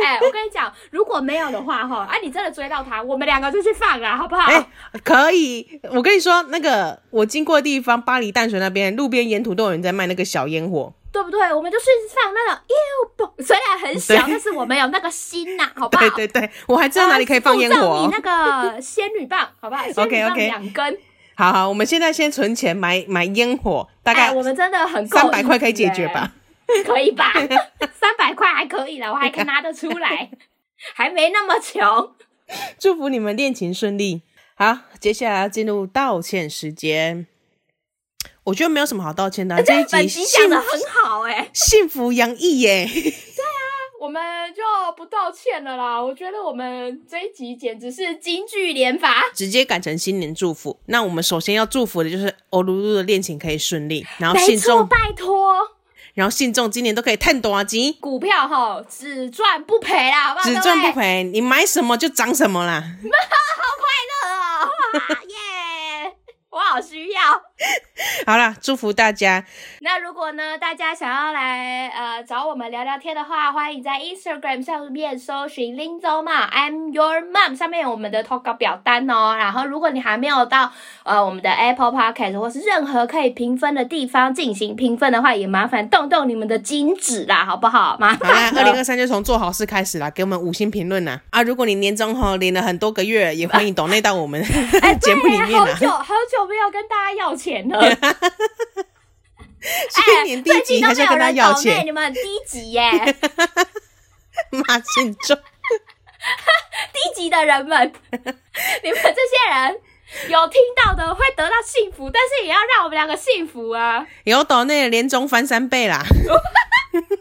Speaker 2: 哎、我跟你讲，如果没有的话，哈，啊，你真的追到他，我们两个就去放了，好不好？
Speaker 1: 哎、可以。我跟你说，那个我经过的地方，巴黎淡水那边路边沿途都有人在卖那个小烟火。
Speaker 2: 对不对？我们就去放那种又不，虽然很小
Speaker 1: 对，
Speaker 2: 但是我们有那个心呐、好不好？啊
Speaker 1: 对对对，我还知道哪里可以放烟火、
Speaker 2: 附
Speaker 1: 哦
Speaker 2: 赠。你那个仙女棒，好 不好？仙女棒
Speaker 1: OK，OK
Speaker 2: 两根，
Speaker 1: 好好，我们现在先存钱买买烟火，大概
Speaker 2: 哎，我们真的很够
Speaker 1: 三百块可以解决吧？
Speaker 2: 意思耶？可以 吧？三百块还可以了，我还可以拿得出来，还没那么穷。
Speaker 1: 祝福你们恋情顺利。好，接下来要进入道歉时间。我觉得没有什么好道歉的啊、这一
Speaker 2: 哎本
Speaker 1: 集
Speaker 2: 集
Speaker 1: 幸
Speaker 2: 讲的很好哎、
Speaker 1: 幸福洋溢耶。
Speaker 2: 我们就不道歉了啦。我觉得我们这一集简直是金句连发。
Speaker 1: 直接改成新年祝福。那我们首先要祝福的就是欧露露的恋情可以顺利，然后
Speaker 2: 没
Speaker 1: 信
Speaker 2: 错，
Speaker 1: 众，
Speaker 2: 拜托，
Speaker 1: 然后信众今年都可以探多啊金，
Speaker 2: 股票哈只赚不赔啦，好不好？
Speaker 1: 只赚不
Speaker 2: 各位
Speaker 1: 赔，你买什么就涨什么啦。
Speaker 2: 哦，哇耶！ 我好需要。
Speaker 1: 好啦，祝福大家，
Speaker 2: 那如果呢，大家想要来呃找我们聊聊天的话，欢迎在 Instagram 上面搜寻林总嘛，I'm your mom，上面有我们的投稿表单哦。然后，如果你还没有到呃我们的 Apple Podcast 或是任何可以评分的地方进行评分的话，也麻烦动动你们的金指啦，好不好？麻
Speaker 1: 好啦，
Speaker 2: 烦
Speaker 1: 二零
Speaker 2: 了。
Speaker 1: 二三就从做好事开始啦，给我们五星评论啦。啊，如果你年终吼领了很多个月，也欢迎抖内到我们 节 目里
Speaker 2: 哎
Speaker 1: 面啊
Speaker 2: 好
Speaker 1: 啦。
Speaker 2: 久好久没有跟大家要钱了，
Speaker 1: 去年第一
Speaker 2: 最
Speaker 1: 集
Speaker 2: 哎
Speaker 1: 还是要
Speaker 2: 近都没有
Speaker 1: 跟他
Speaker 2: 人
Speaker 1: 要
Speaker 2: 抖内，
Speaker 1: 钱，
Speaker 2: 你们很低级耶！
Speaker 1: 骂信众。
Speaker 2: 低级的人们， 你们这些人有听到的会得到幸福，但是也要让我们两个幸福啊！
Speaker 1: 有抖内的年终翻三倍啦，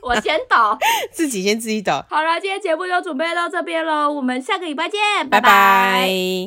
Speaker 2: 我先 抖。
Speaker 1: 自己先自己抖，
Speaker 2: 好了，今天节目就准备到这边喽，我们下个礼拜见，
Speaker 1: 拜
Speaker 2: 拜拜
Speaker 1: 拜